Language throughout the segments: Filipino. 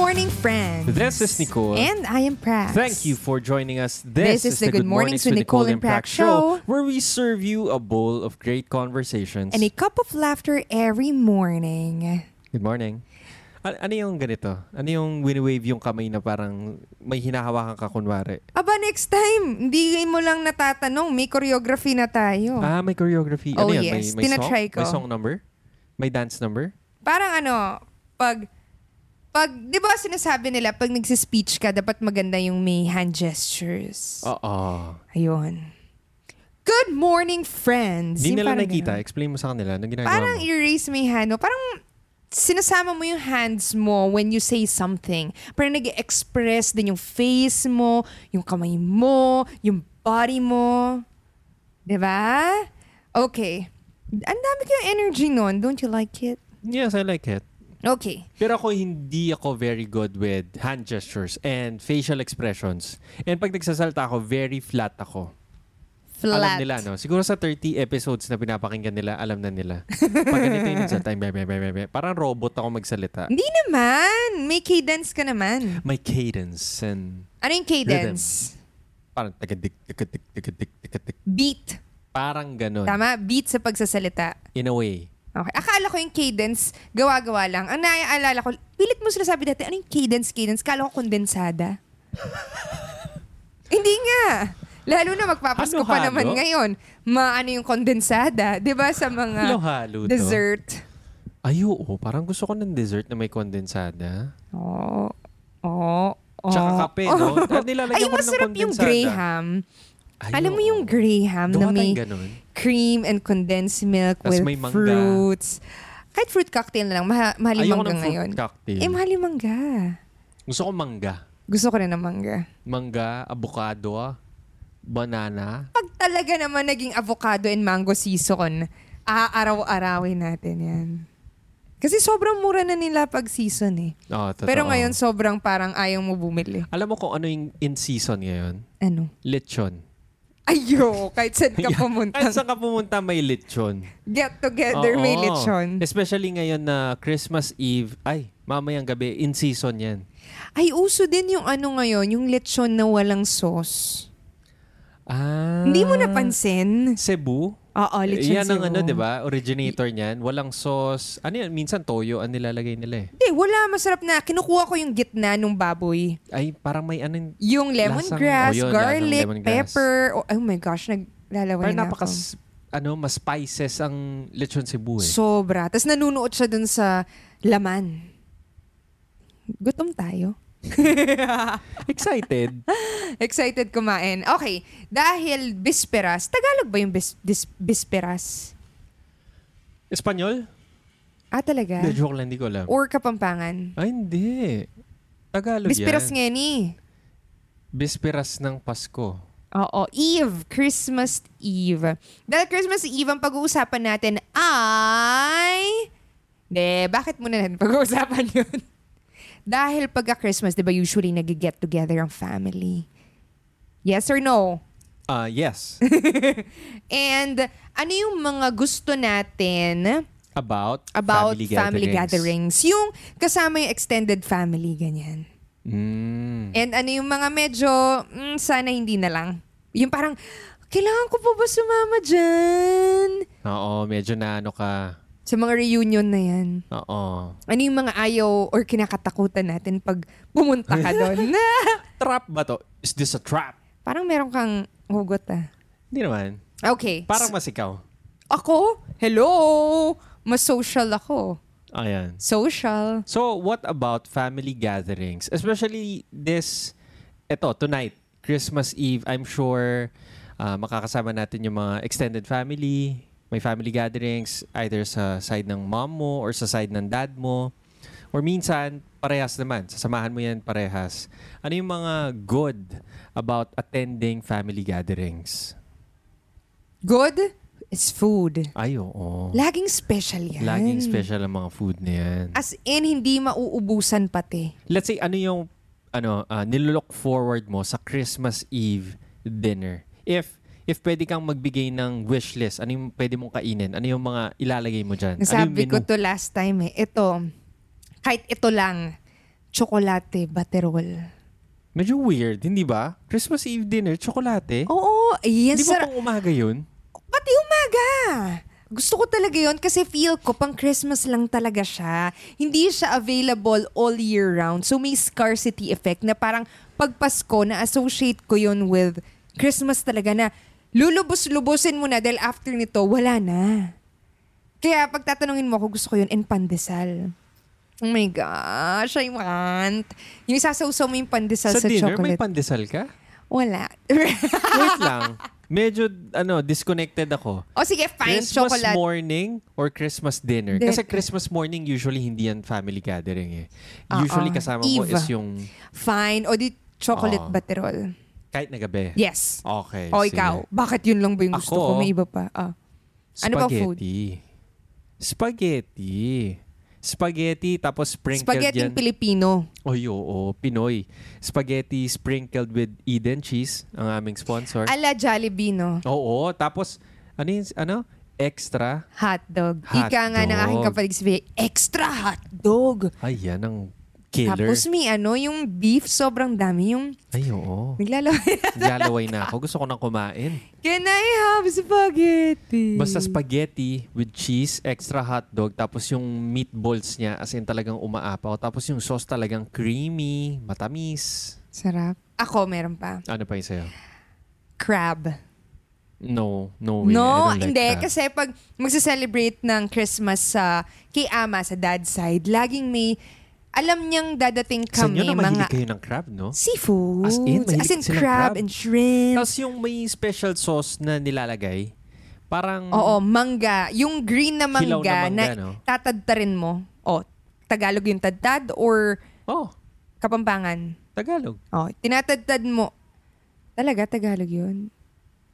friends. This is Nicole. And I am Prax. Thank you for joining us. This, is the Good Mornings with Nicole and Prax show. where we serve you a bowl of great conversations. And a cup of laughter every morning. Good morning. A- ano yung ganito? Ano yung wini-wave yung kamay na parang may hinahawakan ka kunwari? Aba, next time, hindi mo lang natatanong. May choreography na tayo. Ah, may choreography. Oh, Ano yan? yes. May, may song? Tinatry ko. May song number? May dance number? Parang ano, pag... Pag, di ba sinasabi nila, pag nagsispeech ka, dapat maganda yung may hand gestures. Oo. Ayun. Good morning, friends. Hindi Yung nila parang nakikita. ganun. Explain mo sa kanila. Anong ginagawa Parang mo? erase mo yung hand mo. Parang sinasama mo yung hands mo when you say something. Parang nag express din yung face mo, yung kamay mo, yung body mo. 'Di ba? Okay. Ang dami kayong energy nun. Don't you like it? Yes, I like it. Okay. Pero ako hindi ako very good with hand gestures and facial expressions. And pag nagsasalta ako, very flat ako. Alam Flat. nila, no? Siguro sa 30 episodes na pinapakinggan nila, alam na nila. Pag ganito yung nagsalta, yung be, be, be, be, be. parang robot ako magsalita. Hindi naman. May cadence ka naman. May cadence and Ano yung cadence? parang tagadik, tagadik, tagadik, tagadik. Beat. Parang ganun. Tama? Beat sa pagsasalita. In a way. Okay. Akala ko yung cadence, gawa-gawa lang. Ang naaalala ko, pilit mo sila sabi dati, ano yung cadence, cadence? Kala ko kondensada. Hindi nga. Lalo na magpapasko pa Halo-halo? naman ngayon. Maano yung kondensada, di ba? Sa Ano mga Halo-halo to. dessert. Ay, oo. Parang gusto ko ng dessert na may kondensada. Oo. Oo. Oo. Tsaka kape, no? Ah, Oh. Ay, nilalagyan ko rin ng masarap yung kondensada. Graham. Ay, Alam mo oo. yung Graham na Gawa tayong may ganun. cream and condensed milk Tas with may mangga. fruits. Kahit fruit cocktail na lang. Maha, mahal yung Ayoko mangga ng fruit ngayon. cocktail. Eh, mahal yung mangga. Gusto ko mangga. Gusto ko rin ng mangga. Mangga, avocado, ah, banana. Pag talaga naman naging avocado and mango season, aaraw-arawin natin yan. Kasi sobrang mura na nila pag season eh. Oh, totoo. Pero ngayon, sobrang parang ayaw mo bumili. Alam mo kung ano yung in season ngayon? Ano? Lechon. Ayo, kahit saan ka pumunta. At saan ka pumunta may lechon. Get together, may Oo. lechon. Especially ngayon na Christmas Eve. Ay, mamayang gabi. In season yan. Ay, uso din yung ano ngayon, yung lechon na walang sauce. Ah. Hindi mo napansin? Oo, Cebu? Ah, lechon yan ang Cebu. ano, di ba? Originator niyan. Walang sauce. Ano yan? Minsan toyo ang nilalagay nila eh. Hindi, wala. Masarap na. Kinukuha ko yung gitna nung baboy. Ay, parang may ano. Yung lemongrass, Lasang- oh, yun, garlic, lasang lemongrass. pepper. Oh, oh my gosh, naglalaway Parang na napaka, ako. ano, mas spices ang lechon Cebu eh. Sobra. Tapos nanunuot siya dun sa laman. Gutom tayo. Excited. Excited kumain. Okay, dahil bisperas, Tagalog ba yung bis, dis- bisperas? Espanyol? Ah, talaga? Hindi, joke lang. Hindi ko alam. Or Kapampangan? Ay, hindi. Tagalog Bisperas yan. nga ni. Bisperas ng Pasko. Oo, Eve. Christmas Eve. Dahil Christmas Eve, ang pag-uusapan natin ay... De, bakit muna natin pag-uusapan yun? Dahil pagka-Christmas, di ba usually nag-get together ang family? Yes or no? Ah, yes. And ano yung mga gusto natin About, about family, gatherings? Yung kasama yung extended family, ganyan. Mm. And ano yung mga medyo, mm, sana hindi na lang. Yung parang, kailangan ko pa ba sumama dyan? Oo, medyo na ano ka. Sa mga reunion na yan. Oo. Ano yung mga ayaw or kinakatakutan natin pag pumunta ka doon? Trap ba to? Is this a trap? parang meron kang hugot ah. Hindi naman. Okay. Parang S- mas ikaw. ako? Hello! Mas social ako. Ayan. Social. So, what about family gatherings? Especially this, eto, tonight, Christmas Eve, I'm sure ah, makakasama natin yung mga extended family, may family gatherings, either sa side ng mom mo or sa side ng dad mo. Or minsan, parehas naman. Sasamahan mo yan parehas. Ano yung mga good about attending family gatherings? Good is food. Ay, oo. Laging special yan. Laging special ang mga food na yan. As in, hindi mauubusan pati. Let's say, ano yung ano, ah, nililook forward mo sa Christmas Eve dinner? If if pwede kang magbigay ng wish list, ano yung pwede mong kainin? Ano yung mga ilalagay mo dyan? Nasabi ano yung ko to last time eh. Ito, kahit ito lang, Chocolate Baterol. Medyo weird, hindi ba? Christmas Eve dinner, tsokolate. Oo, ayan. hindi ba Sar- pang umaga yun? Pati umaga. Gusto ko talaga yon kasi feel ko pang Christmas lang talaga siya. Hindi siya available all year round. So may scarcity effect na parang pag Pasko na associate ko yon with Christmas talaga na lulubos-lubosin mo na dahil after nito wala na. Kaya pag tatanungin mo ako gusto ko yun and pandesal. Oh my gosh, I want. Yung isasawsaw mo yung pandesal sa, sa dinner, may chocolate. pandesal ka? wala. Wait lang. Medyo, ano, disconnected ako. o sige, fine, Christmas chocolate. morning or Christmas dinner? Din- Kasi Christmas morning usually hindi yan family gathering eh. Oo. Usually kasama mo Uh-uh. Eve. is yung Fine. O di chocolate Oo. baterol. kahit na gabi. Yes. Ah. Okay. O sige. ikaw, bakit yun lang ba yung gusto Ako? ko? May iba pa. Ah. Ano ba food? Spaghetti. Spaghetti. Spaghetti tapos sprinkled Spaghetti yan. Pilipino. Oy, oo, Pinoy. Spaghetti sprinkled with Eden cheese, ang aming sponsor. Ala Jollibee, no? oo, tapos ano yun, ano? Extra. Hotdog. Hotdog. Ika nga ng aking kapatid sabi, extra hotdog. Ay, yan ang killer. Tapos may ano, yung beef, sobrang dami. Yung Ay, oo. naglalaway. Jalaway na ako. Gusto ko nang kumain. Can I have spaghetti? Basta spaghetti with cheese, extra hotdog, tapos yung meatballs niya, as in talagang umaapaw. Tapos yung sauce talagang creamy, matamis. Sarap. Ako, meron pa. Ano pa yung sa'yo? Crab. No, no way. no, I don't like hindi. that. Kasi pag magsa-celebrate ng Christmas sa kay ama, sa dad side, laging may, alam niyang dadating Sa kami, inyo na mga mahilig kayo ng crab, no? seafood. As in, mahilig silang crab, crab. and shrimp. Tapos yung may special sauce na nilalagay, parang Oo, mangga. Yung green na mangga mm. Hilaw na na, mangga, no? tatadtarin mo. O, Tagalog yung tadtad or oh, Kapampangan. Tagalog. O, tinatadtad mo. Talaga, Tagalog yun.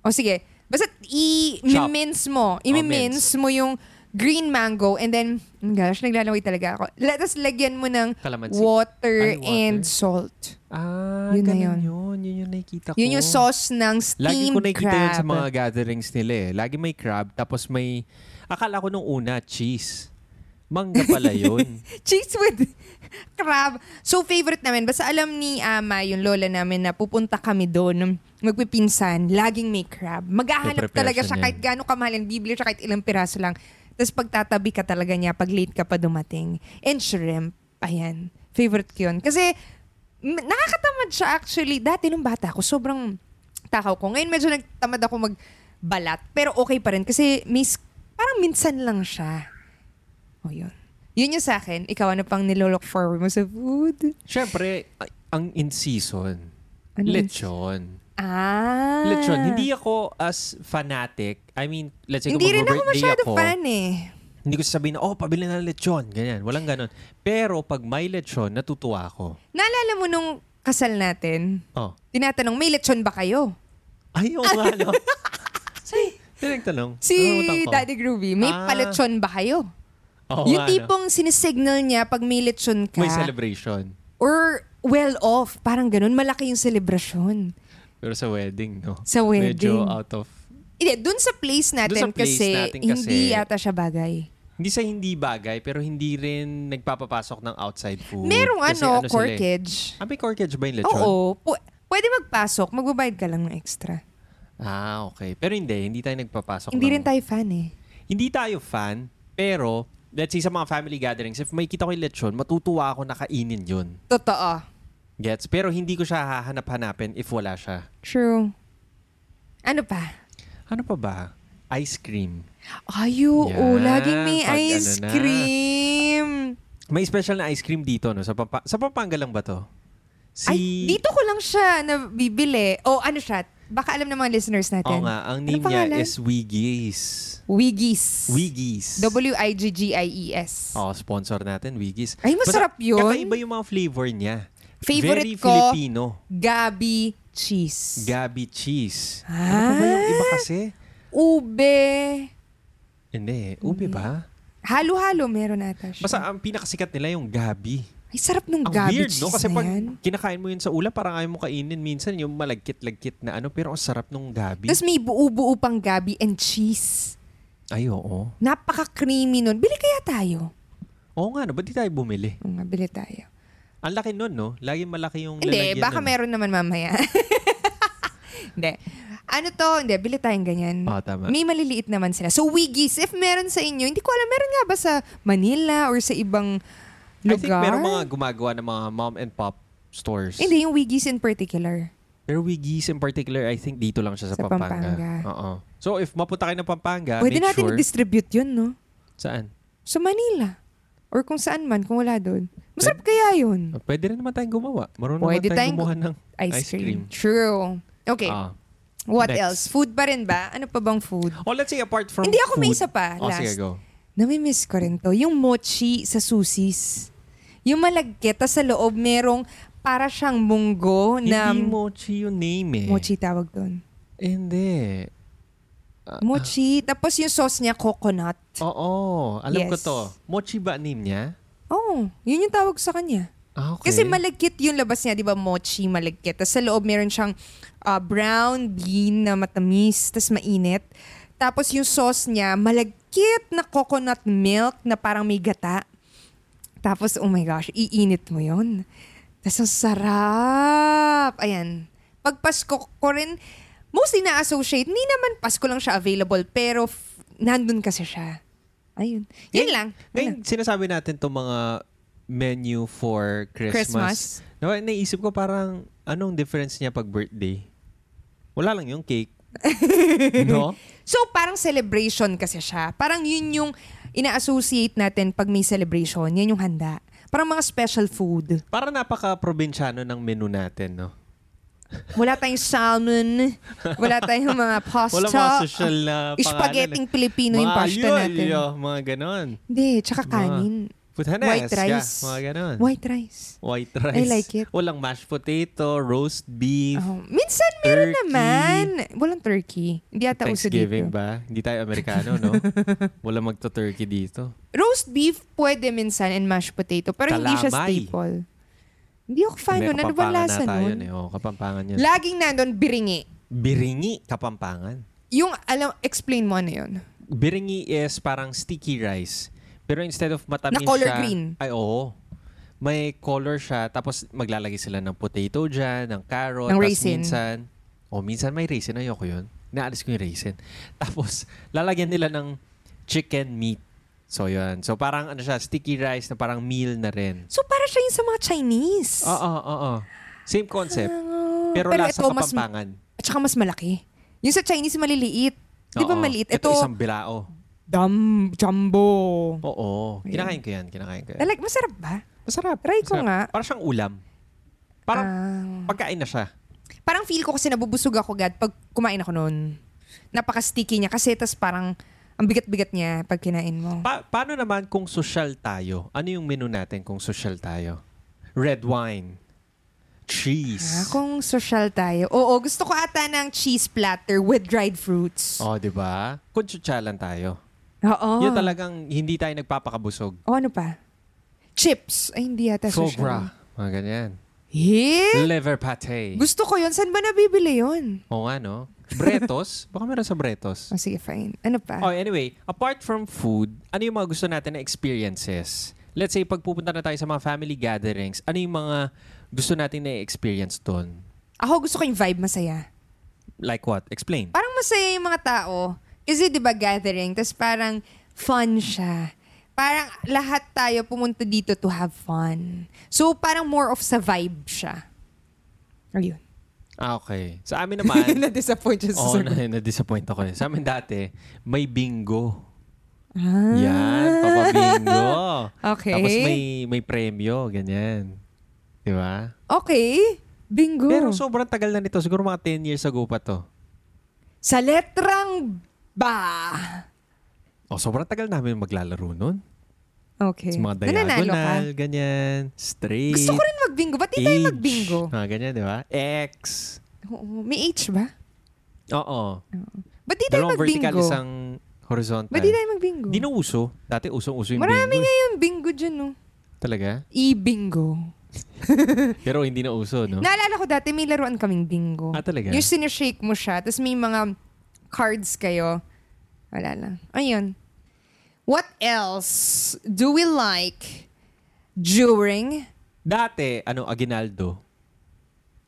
O sige, basta i-mince mo. Oh, I-mince mo yung green mango and then, oh my gosh, naglalaway talaga ako. La- Tapos lagyan mo ng Kalamansi. water, Ay, water. and salt. Ah, Yun yun na yun. yun. Yun yung nakikita ko. Yun yung sauce ng steamed Lagi ko nakikita crab. yun sa mga gatherings nila eh. Lagi may crab, tapos may, akala ko nung una, cheese. Mangga pala yun. Cheese with crab. So, favorite namin. Basta alam ni Ama, yung lola namin, na pupunta kami doon, magpipinsan, laging may crab. Maghahanap May preparation talaga siya yan. kahit gaano kamahal yung bibili siya kahit ilang piraso lang. Tapos pagtatabi ka talaga niya pag late ka pa dumating. And shrimp. Ayan. Favorite ko yun. Kasi m- nakakatamad siya actually. Dati nung bata ako, sobrang takaw ko. Ngayon medyo nagtamad ako magbalat. Pero okay pa rin kasi may, s- parang minsan lang siya. O Oh, yun. Yun yung sa akin. Ikaw, ano pang nilolook forward mo sa food? Siyempre, ay- ang in-season, Ano yun? lechon. Ah. Lechon, hindi ako as fanatic. I mean, let's say Hindi kung rin ako mag-birthday masyado ako, fan eh. hindi ko sasabihin na, oh, pabili na ng lechon. Ganyan, walang ganon. Pero pag may lechon, natutuwa ako. Naalala mo nung kasal natin, Oh. tinatanong, may lechon ba kayo? Ay, oo nga, no? Tinagtanong. Si Nakalimutan Ano ko. Daddy Groovy, may Ah. palechon ba kayo? Oo yung Ah. nga, no? tipong sinisignal niya pag may lechon ka. May celebration. Or well off, parang ganun, malaki yung celebration. Pero sa wedding, no? Sa wedding. Medyo out of... Hindi, dun sa place natin, Dun sa place kasi, natin kasi- hindi yata siya bagay. Hindi sa hindi bagay, pero hindi rin nagpapapasok ng outside food. Merong Kasi ano, sila eh. corkage. Ah, may corkage ba yung lechon? Oo. Pu- pwede magpasok, magbabayad ka lang ng extra. Ah, okay. Pero hindi, hindi tayo nagpapasok Hindi ng- rin tayo fan eh. Hindi tayo fan, pero let's say sa mga family gatherings, if may kita ko yung lechon, matutuwa ako nakainin yun. Totoo. Gets? Pero hindi ko siya hahanap-hanapin if wala siya. True. Ano pa? Ano pa ba? Ice cream. Ayo, oo, Yan, laging may pag ano ice na. cream. May special na ice cream dito, no? Sa, Pampa- sa Pampanga lang ba to? Si... Ay, dito ko lang siya nabibili. O ano siya? Baka alam ng mga listeners natin. Oo nga, ang Ano name niya pangalan? is Wiggies. Wiggies. Wiggies. E W-I-G-G-I-E-S. Oh, sponsor natin, Wiggies. Ay, masarap yun. Kakaiba yung mga flavor niya. Favorite Very ko, Filipino. Gabi cheese. Gabi cheese. Ano Ah. pa ba yung iba kasi? Ube. Hindi. Ube ba? Halo-halo meron ata siya. Basta ang pinakasikat nila yung gabi. Ay, sarap nung Ang gabi weird, cheese no? Kasi na pag yan. kinakain mo yun sa ulam, parang ayaw mo kainin. Minsan yung malagkit-lagkit na ano, pero ang sarap nung gabi. Tapos may buo-buo pang gabi and cheese. Ay, oo. Napaka-creamy nun. Bili kaya tayo? Oo nga, no? Ba't di tayo bumili? Oo nga, bili tayo. Ang laki nun, no? Lagi malaki yung Hindi, lalagyan baka nun. meron naman mamaya. hindi. Ano to? Hindi, bili tayong ganyan. Oo, Ah, tama. May maliliit naman sila. So, Wiggies, if meron sa inyo, hindi ko alam, meron nga ba sa Manila or sa ibang I lugar? think meron mga gumagawa ng mga mom and pop stores. Hindi, yung Wiggies in particular. Pero Wiggies in particular, I think dito lang siya sa, Sa Pampanga. Pampanga. Oo. So if mapunta kayo ng Pampanga, Pwede Ah, make natin sure. i-distribute yun, no? Saan? Sa Manila. Or kung saan man, kung wala doon. Masarap kaya yun. Pwede rin naman tayong gumawa. Marunong Pwede naman tayong tayong gumawa ng Ice, cream. True. Okay, Ah. what next. else? Food pa rin ba? Ano pa bang food? Oh, let's say apart from Hindi ako, food. may isa pa. Oh, sige, Last. go. Namimiss ko rin to. Yung mochi sa susis. Yung malagkit, tas sa loob merong para siyang munggo na Hindi mochi yung name eh. mochi tawag doon. Hindi. Ah, Mochi. Tapos yung sauce niya, coconut. Oo. Alam ko Yes. to. Mochi ba name niya? Oh, yun yung tawag sa kanya. Ah, okay. Kasi malagkit yung labas niya, di ba? Mochi, malagkit. Tapos sa loob meron siyang ah, brown bean na matamis, tapos mainit. Tapos yung sauce niya, malagkit na coconut milk na parang may gata. Tapos, oh my gosh, iinit mo yon. Tapos ang sarap. Ayan. Pag Pasko ko rin, mostly na-associate, hindi naman Pasko lang siya available, pero f- nandun kasi siya. Ayun. Yun Ngayon- lang. Ano? Yun lang. Ngayon, sinasabi natin itong mga menu for Christmas. Christmas. Nawa- naisip ko parang, anong difference niya pag birthday? Wala lang yung cake. no? So parang celebration kasi siya. Parang yun yung ina-associate natin pag may celebration. Yan yung handa. Parang mga special food. Parang napaka-probinsyano ng menu natin, no? Wala tayong salmon, wala tayong mga pasta. Wala mga social na pangalan. Spaghetti Pilipino Mga yung pasta alyol, natin. yo, mga ganon. Hindi, tsaka kanin. Putanes, White rice. Yeah, mga ganon. White rice. White rice. I like it. Walang mashed potato, roast beef. Oh, minsan meron Turkey. naman. Walang turkey. Hindi ata uso dito. Thanksgiving ba? Hindi tayo Amerikano, no? Wala magto-turkey dito. Roast beef pwede minsan and mashed potato. Pero hindi siya Kalamay. staple. Hindi ako fan Hindi, nun. Ano ba Kapampangan lasa na tayo nun? nun? Eh. Oo, kapampangan yun. Laging nandun biringi. biringi, kapampangan. Yung, alam, explain mo ano yun. Biringi is parang sticky rice. Pero instead of matamis Na color siya, green. Ay, oo. May color siya. Tapos maglalagay sila ng potato dyan, ng carrot. Ng tapos raisin. minsan, oh, minsan may raisin. Ayoko yun. Naalis ko yung raisin. Tapos, lalagyan nila ng chicken meat. So, yun. So, parang ano siya, sticky rice na parang meal na rin. So, para siya yun sa mga Chinese. Oo, oo, oo. Same concept. Ah, Pero, lasa ito, mas, kapampangan. at saka mas malaki. Yung sa Chinese, maliliit. Di ba Oo. maliit? Ito, Ito, isang bilao. dam, jumbo. Oo. Ayan. Kinakain ko yan. Kinakain ko yan. Talag, masarap ba? Masarap. Try ko masarap. nga. Parang siyang ulam. Parang Ah. pagkain na siya. parang feel ko kasi nabubusog ako agad pag kumain ako noon. Napaka-sticky niya kasi tas parang ang bigat-bigat niya pag kinain mo. Pa- paano naman kung social tayo? Ano yung menu natin kung social tayo? Red wine. Ah, Cheese. kung social tayo. Oo, gusto ko ata ng cheese platter with dried fruits. oh, di ba? Kung tsutsalan tayo. Oo. Yun talagang hindi tayo nagpapakabusog. O ano pa? Chips. Ay, hindi yata social. Sobra. Mga ganyan. Eh? Liver pate. Gusto ko yun. Saan ba nabibili yun? Oo nga, no? Bretos? Baka meron sa bretos. O sige, fine. Ano pa? Oh, anyway, apart from food, ano yung mga gusto natin na experiences? Let's say, pagpupunta na tayo sa mga family gatherings, ano yung mga gusto natin na experience doon? Ako gusto ko yung vibe masaya. Like what? Explain. Parang masaya yung mga tao. Kasi di ba gathering, tapos parang fun siya. Parang lahat tayo pumunta dito to have fun. So parang more of sa vibe siya. Ayun. Ah, okay. Sa amin naman, Na-disappoint siya sa oo, sagot. na, na-disappoint ako. eh. Sa amin dati, may bingo. Ah. Yan, papa bingo. Okay. Tapos may may premyo, ganyan. Di ba? Okay. Bingo. Pero sobrang tagal na nito. Siguro mga 10 years ago pa to. sa letrang ba? Oh, sobrang tagal namin maglalaro nun. Okay. Sa mga Nananalo ka? diagonal, ganyan, straight. Gusto ko rin magbingo. Ba't di tayo Age. magbingo? Mga ganyan, di ba? X. Oo. May H ba? Oo. Ba't di tayo Dalawang vertical, magbingo? isang horizontal. Ba't di tayo magbingo? Di na uso. Dati usong-uso yung Marami bingo. eh. nga yung bingo dyan, no? Talaga? E-bingo. Pero hindi na uso, no? Naalala ko dati, may laruan kaming bingo. ah, talaga? Yung sinishake mo siya, tapos may mga cards kayo. Wala lang. Ayun. What else do we like during Dati, ano, Aguinaldo.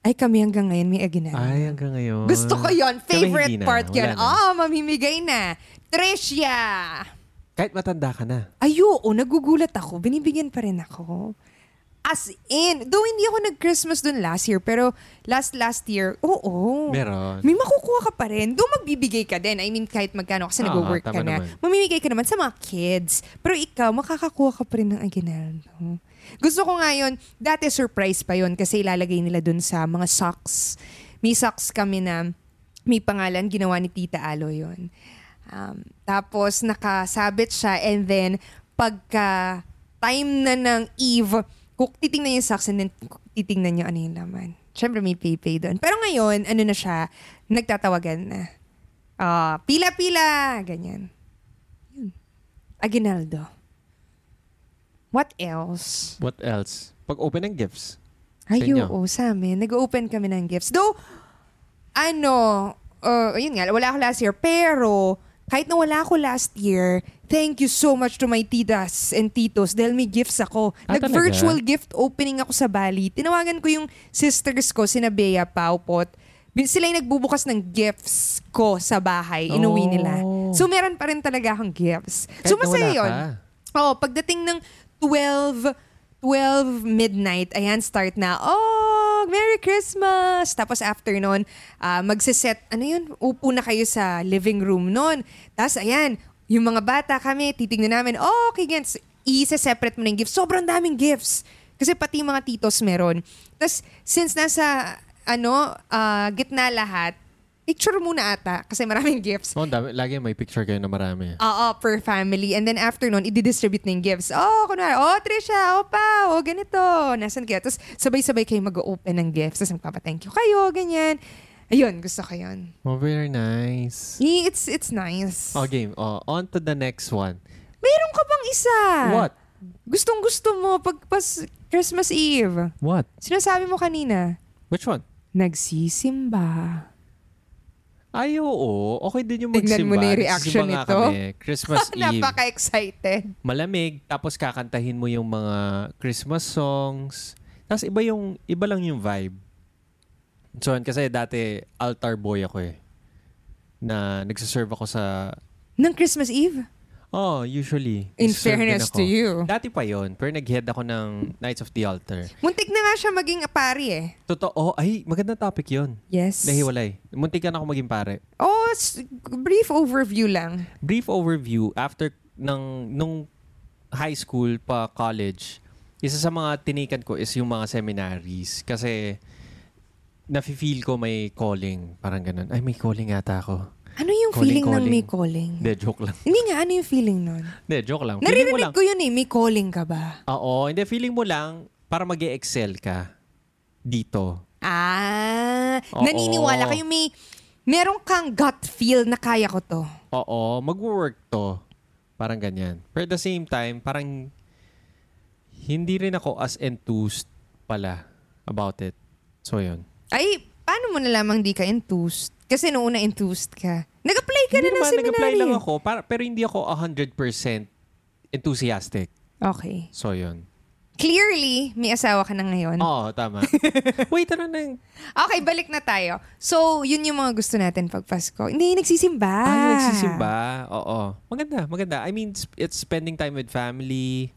Ay, kami hanggang ngayon may aginaldo. Ay, hanggang ngayon. Gusto ko yon hindi Favorite na. part Wala yun. na. Ah, mamimigay na. Tricia! Kahit matanda ka na. Ay, oo, nagugulat ako. Binibigyan pa rin ako. As in, though hindi ako nag-Christmas dun last year, pero last last year, oo. Meron. May makukuha ka pa rin. Doon magbibigay ka din. I mean, kahit magkano kasi Oo, nag-work ka Ah, tama na. naman. Mamimigay ka naman sa mga kids. Pero ikaw, makakakuha ka pa rin ng aginaldo. Gusto ko nga yun, dati surprise pa yun kasi ilalagay nila dun sa mga socks. May socks kami na may pangalan, ginawa ni Tita Alo yun. Um, tapos nakasabit siya and then pagka time na ng Eve, kuk titingnan niya yung socks and then kuk- titingnan niya ano yung laman. Siyempre may pay doon. Pero ngayon, ano na siya, nagtatawagan na. Ah, pila-pila, ganyan. Yun. Aguinaldo. What else? What else? Pag open ng gifts. Sa Ay, inyo? oo, oh, sa amin. Nag-open kami ng gifts. Though, ano, uh, ayun nga, wala ako last year. Pero, kahit na wala ako last year, thank you so much to my titas and titos dahil may gifts ako. Ah, talaga? Nag-virtual gift opening ako sa Bali. Tinawagan ko yung sisters ko, sina Bea Paupot. Bi- Sila yung nagbubukas ng gifts ko sa bahay. Inuwi Oh. nila. So, meron pa rin talaga akong gifts. so, Kahit na masaya wala yun. ka. Oh, pagdating ng 12 12 midnight, ayan, start na. Oh, Merry Christmas! Tapos after nun, ah, magsiset, ano yun, upo na kayo sa living room nun. Tapos ayan, yung mga bata kami, titignan namin, oh, okay, gets, i-separate mo na yung gifts. Sobrang daming gifts. Kasi pati yung mga titos meron. Tapos, since nasa, ano, ah, gitna lahat, picture muna ata kasi maraming gifts. Oh, ang dami. Lagi may picture kayo na marami. Oo, per family. And then after nun, i-distribute na yung gifts. Oh, kunwari, oh, Trisha, oh, pa, oh, ganito. Nasaan kayo? Tapos sabay-sabay kayo mag-open ng gifts. Tapos nagpapa-thank you kayo, ganyan. Ayun, gusto ko yun. Oh, very nice. Eh, It's, it's nice. Oh, game. Oh, on to the next one. Meron ka bang isa? What? Gustong gusto mo pagpas Christmas Eve. What? Sinasabi mo kanina, Which one? nagsisimba. Ay, oo. Okay din yung magsimba. Tignan mo na yung reaction Nagsisimba nga nito. Kami. Christmas Eve. Napaka-excited. Malamig. Tapos kakantahin mo yung mga Christmas songs. Tapos iba yung, iba lang yung vibe. So, yun, kasi dati altar boy ako eh. Na nagsaserve ako sa... Nang Christmas Eve? Oh, usually. In nagsaserve din fairness ako. to you. Dati pa yon pero nag-head ako ng Knights of the Altar. Muntik na nga siya maging pari eh. Totoo, ay, magandang topic yon Yes. Nahiwalay. Muntikan ako maging pare. Oh, s- brief overview lang. brief overview after ng nung high school pa college, isa sa mga tinikan ko is yung mga seminaries kasi nafe-feel ko may calling. Parang ganun. Ay, may calling ata ako. Ano yung feeling Calling, ng may calling. calling? Hindi, joke lang. Hindi nga, ano yung feeling nun? Hindi, joke lang. Feeling mo Naririnig lang. ko yun eh, may calling ka ba? Oo, hindi, feeling mo lang para mag excel ka dito. Ah, Oo. naniniwala kayo may, meron kang gut feel na kaya ko to. Oo, mag-work to. Parang ganyan. But at the same time, parang hindi rin ako as enthused pala about it. So, yun. Ay, paano mo na lamang di ka enthused? Kasi noong una enthused ka. Nag-apply ka na eh. ng seminary. nag-apply lang ako, para, pero hindi ako 100% enthusiastic. Okay. So, yun. Clearly, may asawa ka na ngayon. Oo, tama. Wait, ano na yung... Okay, balik na tayo. So, yun yung mga gusto natin pag Pasko. Hindi, nagsisimba. Ah, nagsisimba. Oo. Maganda, maganda. I mean, sp- it's spending time with family.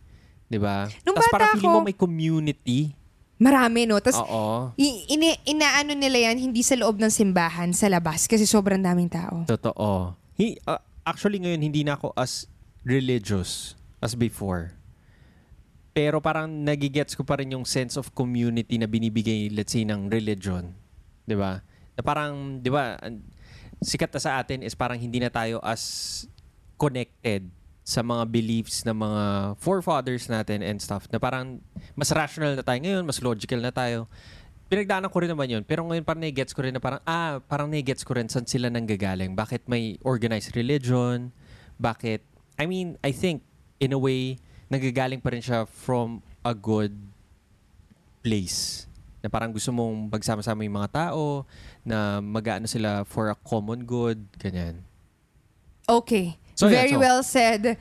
Di ba? Nung Tapos bata parang feeling ako- mo may community. Marami, no? Tapos, Oo. I- ine- inaano nila yan hindi sa loob ng simbahan, sa labas kasi sobrang daming tao. Totoo. He, uh, actually, ngayon, hindi na ako as religious as before. Pero parang nagigets ko pa rin yung sense of community na binibigay, let's say, ng religion. 'Di ba? Na parang, 'di ba, an- sikat na sa atin is parang hindi na tayo as connected sa mga beliefs ng mga forefathers natin and stuff. Na parang mas rational na tayo ngayon, mas logical na tayo. Pinagdaanan ko rin naman yun. Pero ngayon parang nagigets ko rin na parang, ah, parang nagigets ko rin saan sila nanggagaling. Bakit may organized religion? Bakit? I mean, I think, in a way, nanggagaling pa rin siya from a good place na parang gusto mong magsama-sama yung mga tao na mag-ano sila for a common good, ganyan. Okay. So, yeah, Very so- well said.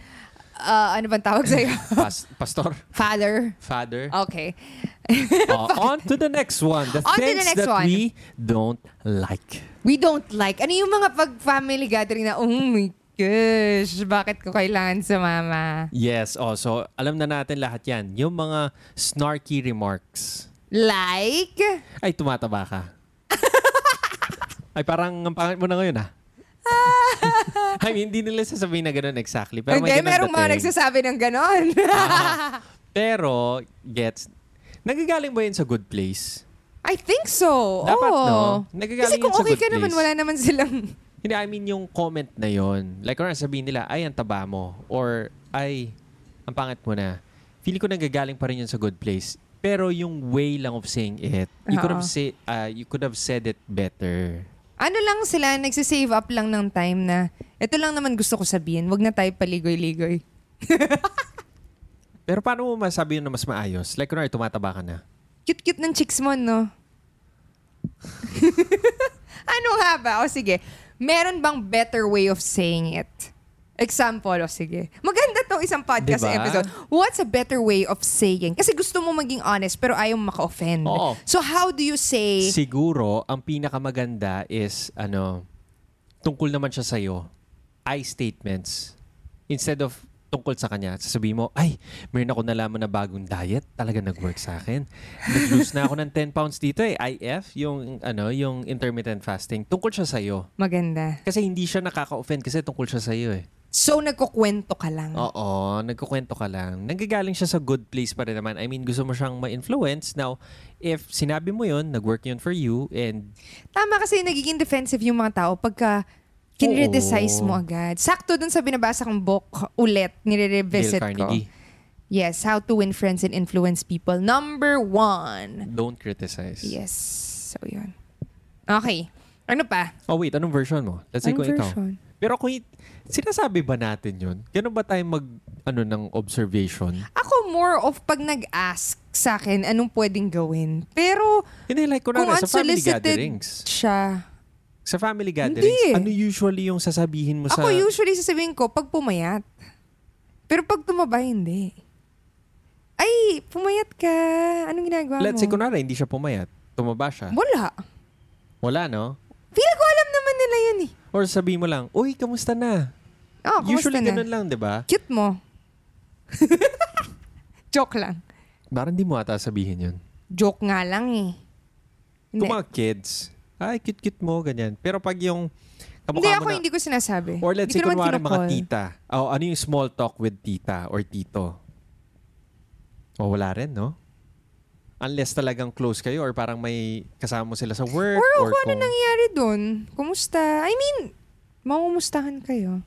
uh, ano bang tawag sa'yo? Pas- pastor, Father. father. Okay. Uh, on to the next one. The Oh, On to the things next that one. we don't like. We don't like. Ano yung mga pag-family gathering na, oh my gosh, bakit ko kailangan sa mama? Yes, oh, so alam na natin lahat yan. Yung mga snarky remarks. Like? Ay, tumataba ka. Ay, parang ang pangit mo na ngayon, ah. I mean, hindi nila sasabihin na gano'n exactly. Pero Hindi, may ganun merong mga dating. nagsasabi ng ganon. Ah, pero, gets, nagagaling ba yun sa good place? I think so. Dapat, Oo. no? Kasi Nagagaling kung yun sa okay good ka naman, place. wala naman silang... Hindi, I mean yung comment na yon. Like, or sabihin nila, ay, ang taba mo. Or, ay, ang pangit mo na. Feeling ko nanggagaling pa rin yun sa good place. Pero yung way lang of saying it, you could Oo. have say, ah, you could have said it better. Ano lang sila, nagsisave up lang ng time na, ito lang naman gusto ko sabihin, wag na tayo paligoy-ligoy. Pero paano mo masabi yun na mas maayos? Like, kunwari, tumataba ka na. Cute-cute ng chicks mo, no? ano nga ba? O sige, meron bang better way of saying it? Example, o sige. Maganda tong isang podcast Diba? episode. What's a better way of saying? Kasi gusto mo maging honest pero ayaw mo maka-offend. Oo. So how do you say, Siguro, ang pinakamaganda is, ano, tungkol naman siya sa'yo, I statements. Instead of tungkol sa kanya, sasabihin mo, ay, meron ako nalaman na bagong diet, talaga nag-work sa akin. Nag-lose na ako ng 10 pounds dito eh, IF, yung, ano, yung intermittent fasting. Tungkol siya sa'yo. maganda? Kasi hindi siya nakaka-offend kasi tungkol siya sa'yo eh. So nagkukwento ka lang. Oo, nagkukwento ka lang. Nanggagaling siya sa good place pa rin naman. I mean, gusto mo siyang ma-influence. Now, if sinabi mo yun, nag-work yun for you, and Tama kasi nagiging defensive yung mga tao pagka kinredesize mo Oo. agad. Sakto dun sa binabasa kong book ulit, nire-revisit Dale ko. Carnegie, Yes, How to Win Friends and Influence People. Number one. don't criticize. Yes. So, yun. Okay. Ano pa? Oh wait, anong version mo? Let's say Anong kung ikaw. version? Pero kung i- sinasabi ba natin yun? Ganun ba tayo mag, ano, ng observation? Ako more of pag nag-ask sa akin anong pwedeng gawin. Pero Hindi, like, kung kunwari, sa family unsolicited gatherings. siya, Sa family Hindi gatherings, eh. ano usually yung sasabihin mo ako sa... usually sasabihin ko pag pumayat. Pero pag tumaba, hindi. Ay, pumayat ka. Anong ginagawa Let's mo? say, kunwari, hindi siya pumayat. Tumaba siya. Wala. Wala, no? Feel ko alam naman nila yun eh. Or sabihin mo lang, Uy, kamusta na? Oh, kumusta usually, na? ganun lang, di ba? Cute mo. Joke lang. Parang di mo ata sabihin yun. Joke nga lang eh. Hindi, Kung mga kids, ay, cute-cute mo, ganyan. Pero pag yung kamukha hindi mo ako na- hindi ko sinasabi. Or let's hindi say, ko naman kunwari mga kinocall. tita. Oh, ano yung small talk with tita or tito? O, wala rin, no? Unless talagang close kayo or parang may kasama mo sila sa work. Or, Or, kung ano kung- nangyari dun. Kumusta? I mean, mamumustahan kayo.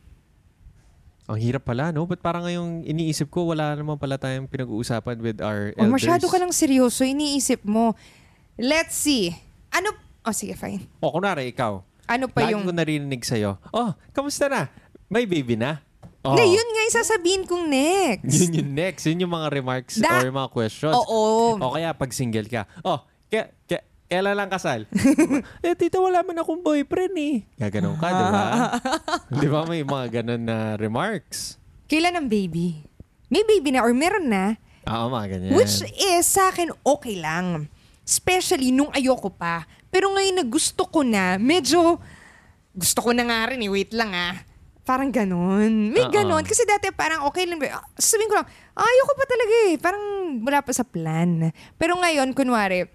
Ang hirap pala, no? But parang ngayong iniisip ko, wala naman pala tayong pinag-uusapan with our O elders. Oh, masyado ka lang seryoso, iniisip mo. Let's see. Ano, oh sige, fine. O, kunwari, ikaw. Ano pa Lagi yung... ko narinig sa'yo, oh, kamusta na? May baby na? Oh, Hindi, yun nga yung sasabihin kong next. yun yung next. Yun yung mga remarks Da- or yung mga questions. Oo. O kaya pag single ka, oh, kaya, kaya, kailan lang kasal? eh, tito, wala man akong boyfriend eh. Gaganon ka, di ba? di ba may mga ganon na remarks? Kailan ang baby? May baby na or meron na. Oo, mga ganyan. Which is, sa akin, okay lang. Especially nung ayoko pa. Pero ngayon na gusto ko na, medyo, gusto ko na nga rin eh, wait lang ah. Parang ganun. May Oo. ganon. Kasi dati parang okay lang. Ah, Sabihin ko lang, "Ah, ayoko pa talaga eh. Parang wala pa sa plan. Pero ngayon, kunwari,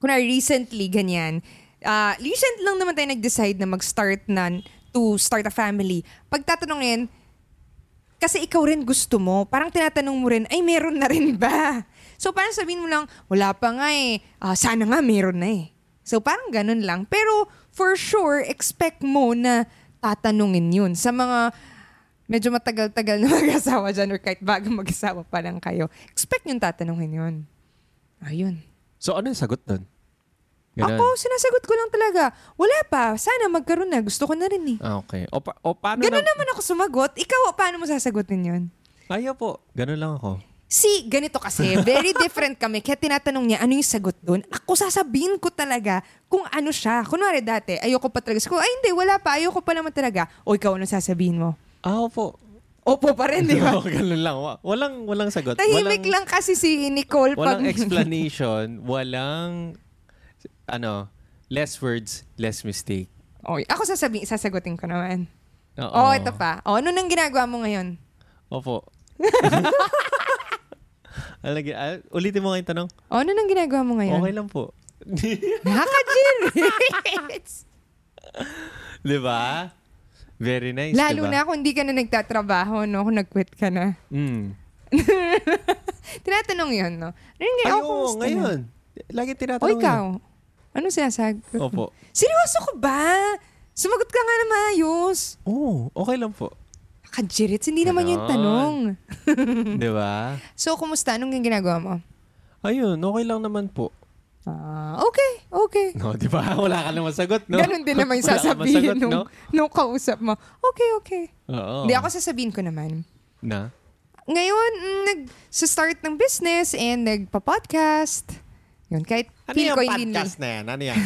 kunwari recently, ganyan. Ah, recent lang naman tayo nag-decide na mag-start na to start a family. Pagtatanungin, kasi ikaw rin gusto mo. Parang tinatanong mo rin, ay meron na rin ba? So parang sabihin mo lang, wala pa nga eh. Ah, sana nga meron na eh. So parang ganun lang. Pero for sure, expect mo na tatanungin yun sa mga medyo matagal-tagal na mag-asawa dyan or kahit bago mag-asawa pa lang kayo. Expect yung tatanungin yun. Ayun. So, ano yung sagot nun? Ganon. Ako, sinasagot ko lang talaga, wala pa, sana magkaroon na, gusto ko na rin eh. Ah, okay. O, pa- o paano Ganun na- naman ako sumagot. Ikaw, paano mo sasagutin yun? Ayaw po. Ganun lang ako. Si, ganito kasi, very different kami. Kaya tinatanong niya, ano yung sagot doon? Ako sasabihin ko talaga kung ano siya. Kunwari dati, ayoko pa talaga. Sabi ko, ay hindi, wala pa. Ayoko pa naman talaga. O ikaw, ano sasabihin mo? Ah, po. Opo pa rin, di ba? Oo, ganun lang. Wa- Walang, walang sagot. Tahimik lang walang, kasi si Nicole pag... Walang explanation. walang, ano, less words, less mistake. Oy, ako sasabi, sasagutin ko naman. Oo, Oo. ito pa. Oh, ano nang ginagawa mo ngayon? Opo. Alagi, al- ah, ulitin mo nga yung tanong. Oh, ano nang ginagawa mo ngayon? Okay lang po. Nakaka-generates! Di ba? Very nice, Lalo na diba? kung hindi ka na nagtatrabaho, no? Kung nag-quit ka na. Mm. Tinatanong yun, no? Ano yung Ay, ginagawa oo, ngayon. Lagi tinatanong. O yun. Oh, ikaw, ano sinasagot? mo? Opo. Seryoso ko ba? Sumagot ka nga na maayos. Oo, okay lang po. Nakaka-generates, hindi naman yung Ganon. tanong. Mm-hmm. Di ba? So, kumusta? Anong yung ginagawa mo? Ayun, okay lang naman po. Ah, okay, okay. No, di ba? Wala ka namang sagot, no? Ganon din naman yung Wala ka namang sasabihin sagot, nung, no? Oh. nung kausap mo. Okay, okay. Oo. Hindi ako sasabihin ko naman. Na? Ngayon, mm, nag sa start ng business and nagpa-podcast. Yun, eh. kahit Ano feel yung ko hindi. podcast na yan? Ano yan?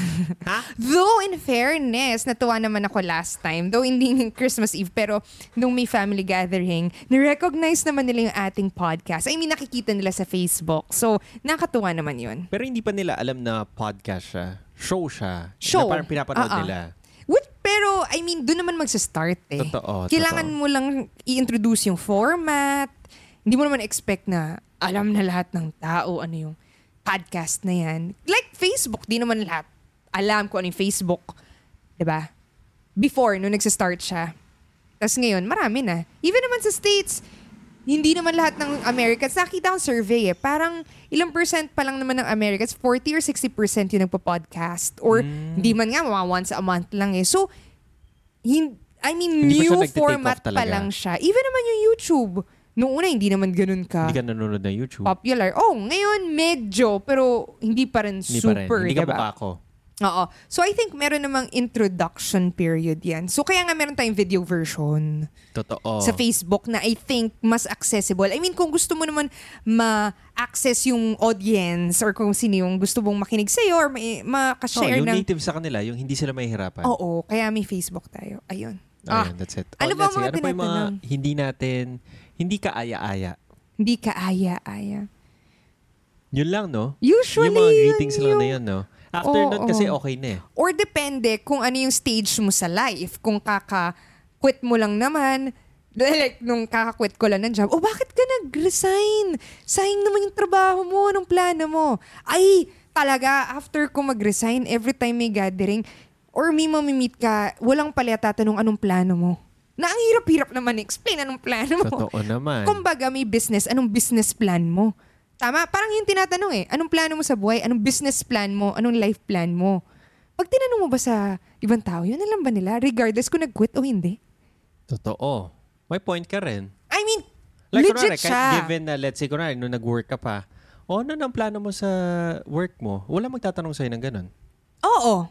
ha? Though in fairness, natuwa naman ako last time. Though hindi yung Christmas Eve, pero nung may family gathering, nirecognize naman nila yung ating podcast. I mean, nakikita nila sa Facebook. So, nakatuwa naman yun. Pero hindi pa nila alam na podcast siya. Show siya. Show. Na parang pinapanood Ah, ah. nila. Which, pero, I mean, doon naman magsa-start eh. Totoo, Kailangan totoo. mo lang i-introduce yung format. Hindi mo naman expect na alam na lahat ng tao ano yung podcast na yan. Like Facebook, di naman lahat alam kung ano yung Facebook. 'Di ba? Before, nung nagsa-start siya. Tapos ngayon, marami na. Even naman sa States, hindi naman lahat ng Americans. Nakita akong survey eh. Parang ilang percent pa lang naman ng Americans, 40 or 60 percent yung nagpa-podcast. Or hindi man nga, mga once a month lang eh. So, hin- I mean, Hindi new pa siya nagtitake format off pa talaga. lang siya. Even naman yung YouTube. Noong una, hindi naman ganun ka Hindi ka nanonood ng YouTube. popular. Oh, ngayon, medyo. Pero hindi pa rin Hindi pa rin. super, Hindi ka diba? mukha ko. Oo. So, I think meron namang introduction period yan. So, kaya nga meron tayong video version Totoo. sa Facebook na I think mas accessible. I mean, kung gusto mo naman ma-access yung audience or kung sino yung gusto mong makinig sa'yo or may, Oh, makashare yung ng... native sa kanila, yung hindi sila mahihirapan. Oo, kaya may Facebook tayo. Ayun. Ah, Ayun, that's it. ano ba ang let's see. mga ano pa yung mga tinatanong? hindi natin, hindi kaaya-aya? hindi ka aya-aya. Yun lang, no? Usually, yung mga yun greetings lang na yung- yun, no? After Oo, nun oo. kasi okay na eh. Or depende kung ano yung stage mo sa life. Kung kaka-quit mo lang naman, like nung kaka-quit ko lang ng job, oh bakit ka nag-resign? Sayang naman yung trabaho mo, anong plano mo? Ay, talaga, after ko mag-resign, every time may gathering, or may mamimit ka, walang pala tatanong anong plano mo. Na ang hirap-hirap naman explain anong plano mo. Totoo naman. Kumbaga may business, anong business plan mo? Tama, parang yung tinatanong eh, anong plano mo sa buhay? Anong business plan mo? Anong life plan mo? Pag tinanong mo ba sa ibang tao, yun alam ba nila? Regardless kung nag-quit o hindi? Totoo. May point ka rin. I mean, Like, legit kunwari, kahit siya. given na, let's say, kunwari, nung nag-work ka pa, o ano na ang plano mo sa work mo? Wala magtatanong sa'yo ng ganun. Oo.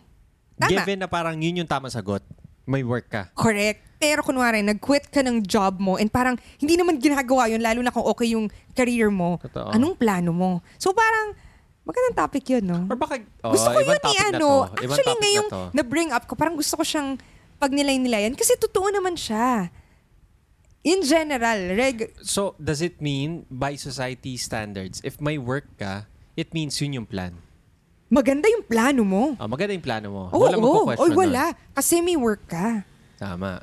Tama. Given na parang yun yung tamang sagot, may work ka. Correct. Pero kunwari, nag-quit ka ng job mo and parang hindi naman ginagawa yun, lalo na kung okay yung career mo. Totoo. Anong plano mo? So parang, magandang topic yun, no? Or baka, oh, gusto ko yun ibang eh, topic na ano. to. Ibang Actually, topic ngayong na to. na-bring up ko, parang gusto ko siyang pag nilay-nilayan kasi totoo naman siya. In general, reg... So, does it mean, by society standards, if may work ka, it means yun yung plan? maganda yung plano mo. Oh, maganda yung plano mo. Oo, wala oo. Oy, magpo-question wala. Kasi may work ka. nun. Tama.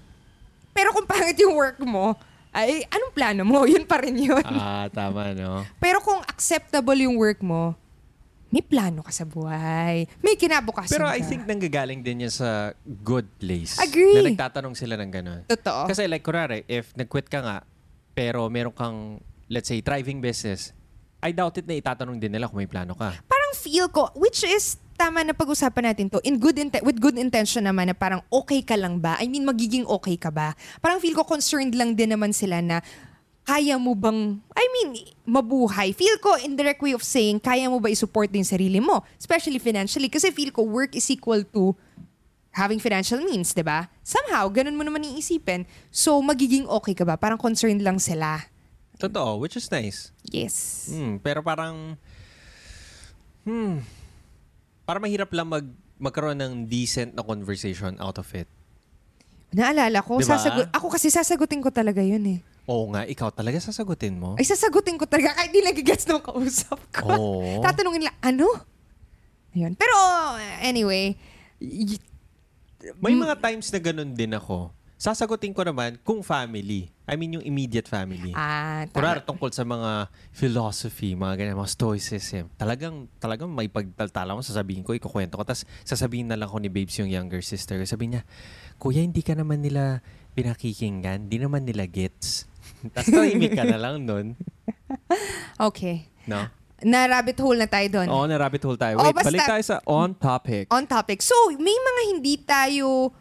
Pero kung pangit yung work mo, ay, anong plano mo? Yun pa rin yun. Ah, tama, no? Pero kung acceptable yung work mo, may plano ka sa buhay. May kinabukasan Pero ka. I think nanggagaling din yan sa good place. Agree. Na nagtatanong sila ng ganun. Totoo. Kasi like, kunwari, if nag-quit ka nga, pero meron kang, let's say, thriving business, I doubt it na itatanong din nila kung may plano ka. parang feel ko, which is tama na pag-usapan natin to, in good inte- with good intention naman na parang okay ka lang ba? I mean, magiging okay ka ba? Parang feel ko concerned lang din naman sila na kaya mo bang, I mean, mabuhay. Feel ko, indirect way of saying, kaya mo ba isupport din sarili mo? Especially financially. Kasi feel ko, work is equal to having financial means, di ba? Somehow, ganun mo naman iisipin. So, magiging okay ka ba? Parang concerned lang sila. Totoo, which is nice. Yes. Hmm, pero parang, hmm, parang mahirap lang mag, magkaroon ng decent na conversation out of it. Naalala ko, Di ba? sasagu- ako kasi sasagutin ko talaga yun eh. Oo nga, ikaw talaga sasagutin mo. Ay, sasagutin ko talaga kahit di nagigets ng kausap ko. Oo. Tatanungin lang, ano? Ayun. Pero, anyway, y- May mga times na ganun din ako. Sasagutin ko naman kung family. I mean, yung immediate family. ah, Kurar tama. tungkol sa mga philosophy, mga ganyan, mga stoicism. Talagang, talagang may pagtaltala mo, sasabihin ko, ikukwento ko. Tapos sasabihin na lang ko ni Babes yung younger sister. Sabi niya, Kuya, hindi ka naman nila pinakikinggan. Hindi naman nila gets. Tapos tahimik ka na lang nun. Okay. No? Na rabbit hole na tayo doon. Oo, na rabbit hole tayo. Oo, Wait, Ano? Oh, basta- balik tayo sa on topic. on topic. So, may mga hindi tayo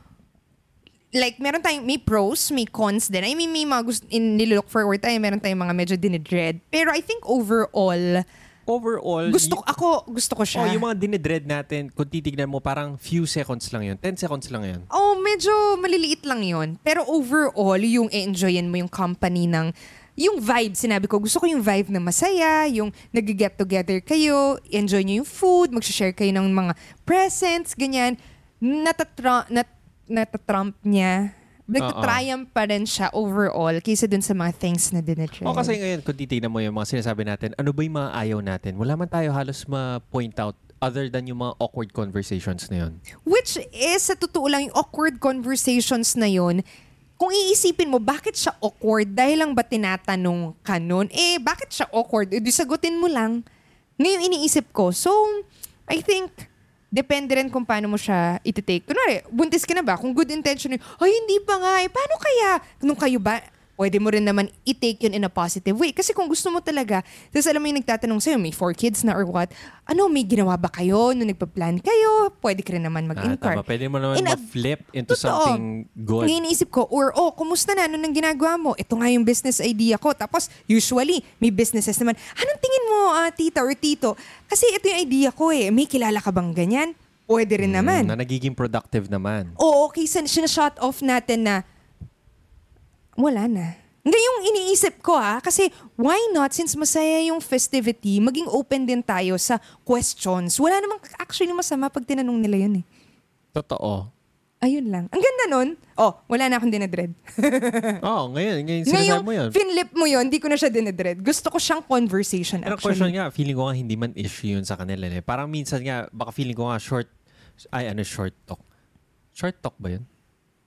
like meron tayong may pros, may cons din. I mean, may mga gusto, in, nilook forward tayo, meron tayong mga medyo dinidread. Pero I think overall, Overall, gusto ko- ako, gusto ko siya. Oh, yung mga dinedread natin, kung titignan mo, parang few seconds lang yun. 10 seconds lang yun. Oh, medyo maliliit lang yon Pero overall, yung e-enjoyin mo yung company ng yung vibe, sinabi ko, gusto ko yung vibe na masaya, yung nag-get together kayo, enjoy nyo yung food, mag-share kayo ng mga presents, ganyan. Natatru- nat natatrump niya. Nagtatriumph pa rin siya overall kaysa dun sa mga things na dinitrade. O kasi ngayon, kung titignan mo yung mga sinasabi natin, ano ba yung mga ayaw natin? Wala man tayo halos ma-point out other than yung mga awkward conversations na yun. Which is, sa totoo lang, yung awkward conversations na yun, kung iisipin mo, bakit siya awkward? Dahil lang ba tinatanong ka nun? Eh, bakit siya awkward? Eh, di sagutin mo lang. Ngayon iniisip ko. So, I think, depende rin kung paano mo siya ititake. Kunwari, buntis ka na ba? Kung good intention yun, ay, hindi pa nga eh. Paano kaya? Nung kayo ba? Pwede mo rin naman i-take yun in a positive way. Kasi kung gusto mo talaga, tapos alam mo yung nagtatanong sa'yo, may four kids na or what, ano, may ginawa ba kayo? Nung nagpa-plan kayo, pwede ka rin naman Ah, mag-inquire. tama. Pwede mo naman In a- ma-flip into Totoo. something good. Ngayon iniisip ko, or oh, kumusta na? Ano nang ginagawa mo? Ito nga yung business idea ko. Tapos, usually, may businesses naman, anong tingin mo, ah, tita or tito? Kasi ito yung idea ko eh. May kilala ka bang ganyan? Pwede rin naman. Mm, Na nagiging productive naman. Oo, kaysa sinashot off natin na wala na. Ngayong iniisip ko ha, kasi why not since masaya yung festivity, maging open din tayo sa questions. Wala namang actually masama pag tinanong nila yun eh. Totoo. Ayun lang. Ang ganda nun. Oh, wala na akong dinadread. Eh. Oo, ngayon. Ngayon, sinasabi Ngayong mo yun. finlip mo yun, di ko na siya dinadread. Gusto ko siyang conversation Pero actually. question nga, feeling ko nga hindi man issue yun sa kanila. Eh. Parang minsan nga, baka feeling ko nga short, ay ano, short talk. Short talk ba yun?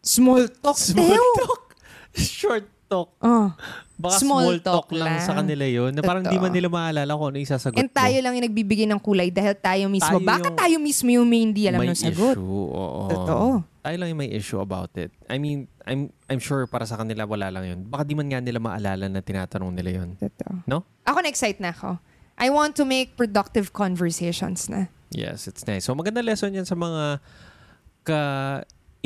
Small talk. Small Ew. talk. Short talk. Oh. Baka Small small, talk talk, lang. lang, sa kanila yun. Na parang di Totoo. man nila maalala kung ano yung sasagot And tayo lang yung nagbibigay ng kulay dahil tayo mismo. Tayo Baka yung- tayo mismo yung may hindi alam may ng sagot. issue. Oo. Totoo. Tayo lang yung may issue about it. I mean, I'm I'm sure para sa kanila wala lang yun. Baka di man nga nila maalala na tinatanong nila yun. Totoo. No? Ako na-excite na ako. I want to make productive conversations na. Yes, it's nice. So maganda lesson yan sa mga ka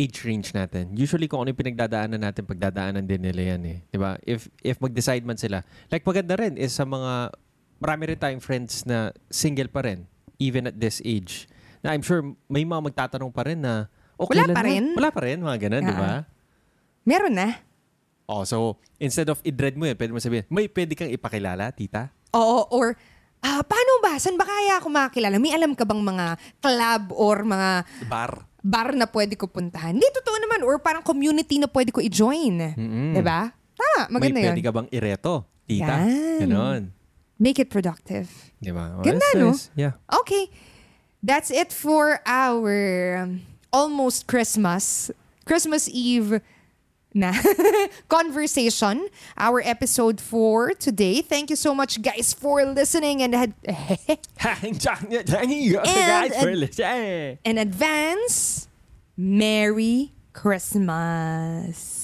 age range natin. Usually kung ano yung pinagdadaanan natin, pagdadaanan din nila yan eh. 'Di ba? If, if mag-decide man sila. Like maganda rin is sa mga, marami rin tayong friends na single pa rin, even at this age. Na I'm sure may mga magtatanong pa rin na, okay Wala lang pa na. rin. Ah. Wala pa rin, mga ganun, di ba? Meron na. Oh, so instead of i-dread mo yun, pwede mo sabihin, may pwede kang ipakilala, tita? Oo, or ah, paano ba? Saan ba kaya ako makakilala? May alam ka bang mga club or mga Bar? bar na pwede ko puntahan? Hindi, totoo naman. Or parang community na pwede ko i-join. Mm-mm. Diba? Tama, maganda Hmm. may yun. pwede ka bang ireto, tita? Yan. Ganon. Make it productive. Di ba? Oh, Ganda, that's no? nice. Yeah. Okay. That's it for our um, almost Christmas, Christmas Eve na conversation, our episode for today. Thank you so much, guys, for listening and had guys ad- in advance, Merry Christmas.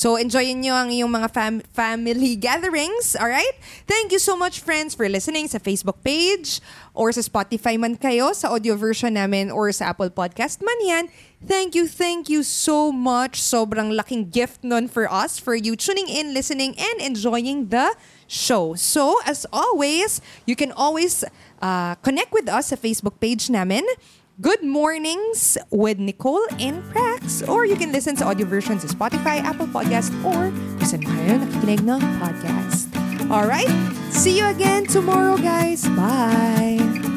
So, enjoyin nyo ang iyong mga fam- family gatherings, alright? Thank you so much, friends, for listening sa Facebook page or sa Spotify man kayo, sa audio version namin or sa Apple Podcast man yan. Thank you, thank you so much. Sobrang laking gift nun for us, for you tuning in, listening, and enjoying the show. So, as always, you can always uh, connect with us sa Facebook page namin. Good Mornings with Nicole and Prax. Or you can listen to audio versions of Spotify, Apple Podcast, or kung saan kayo nakikinig ng podcast. Alright? See you again tomorrow, guys. Bye!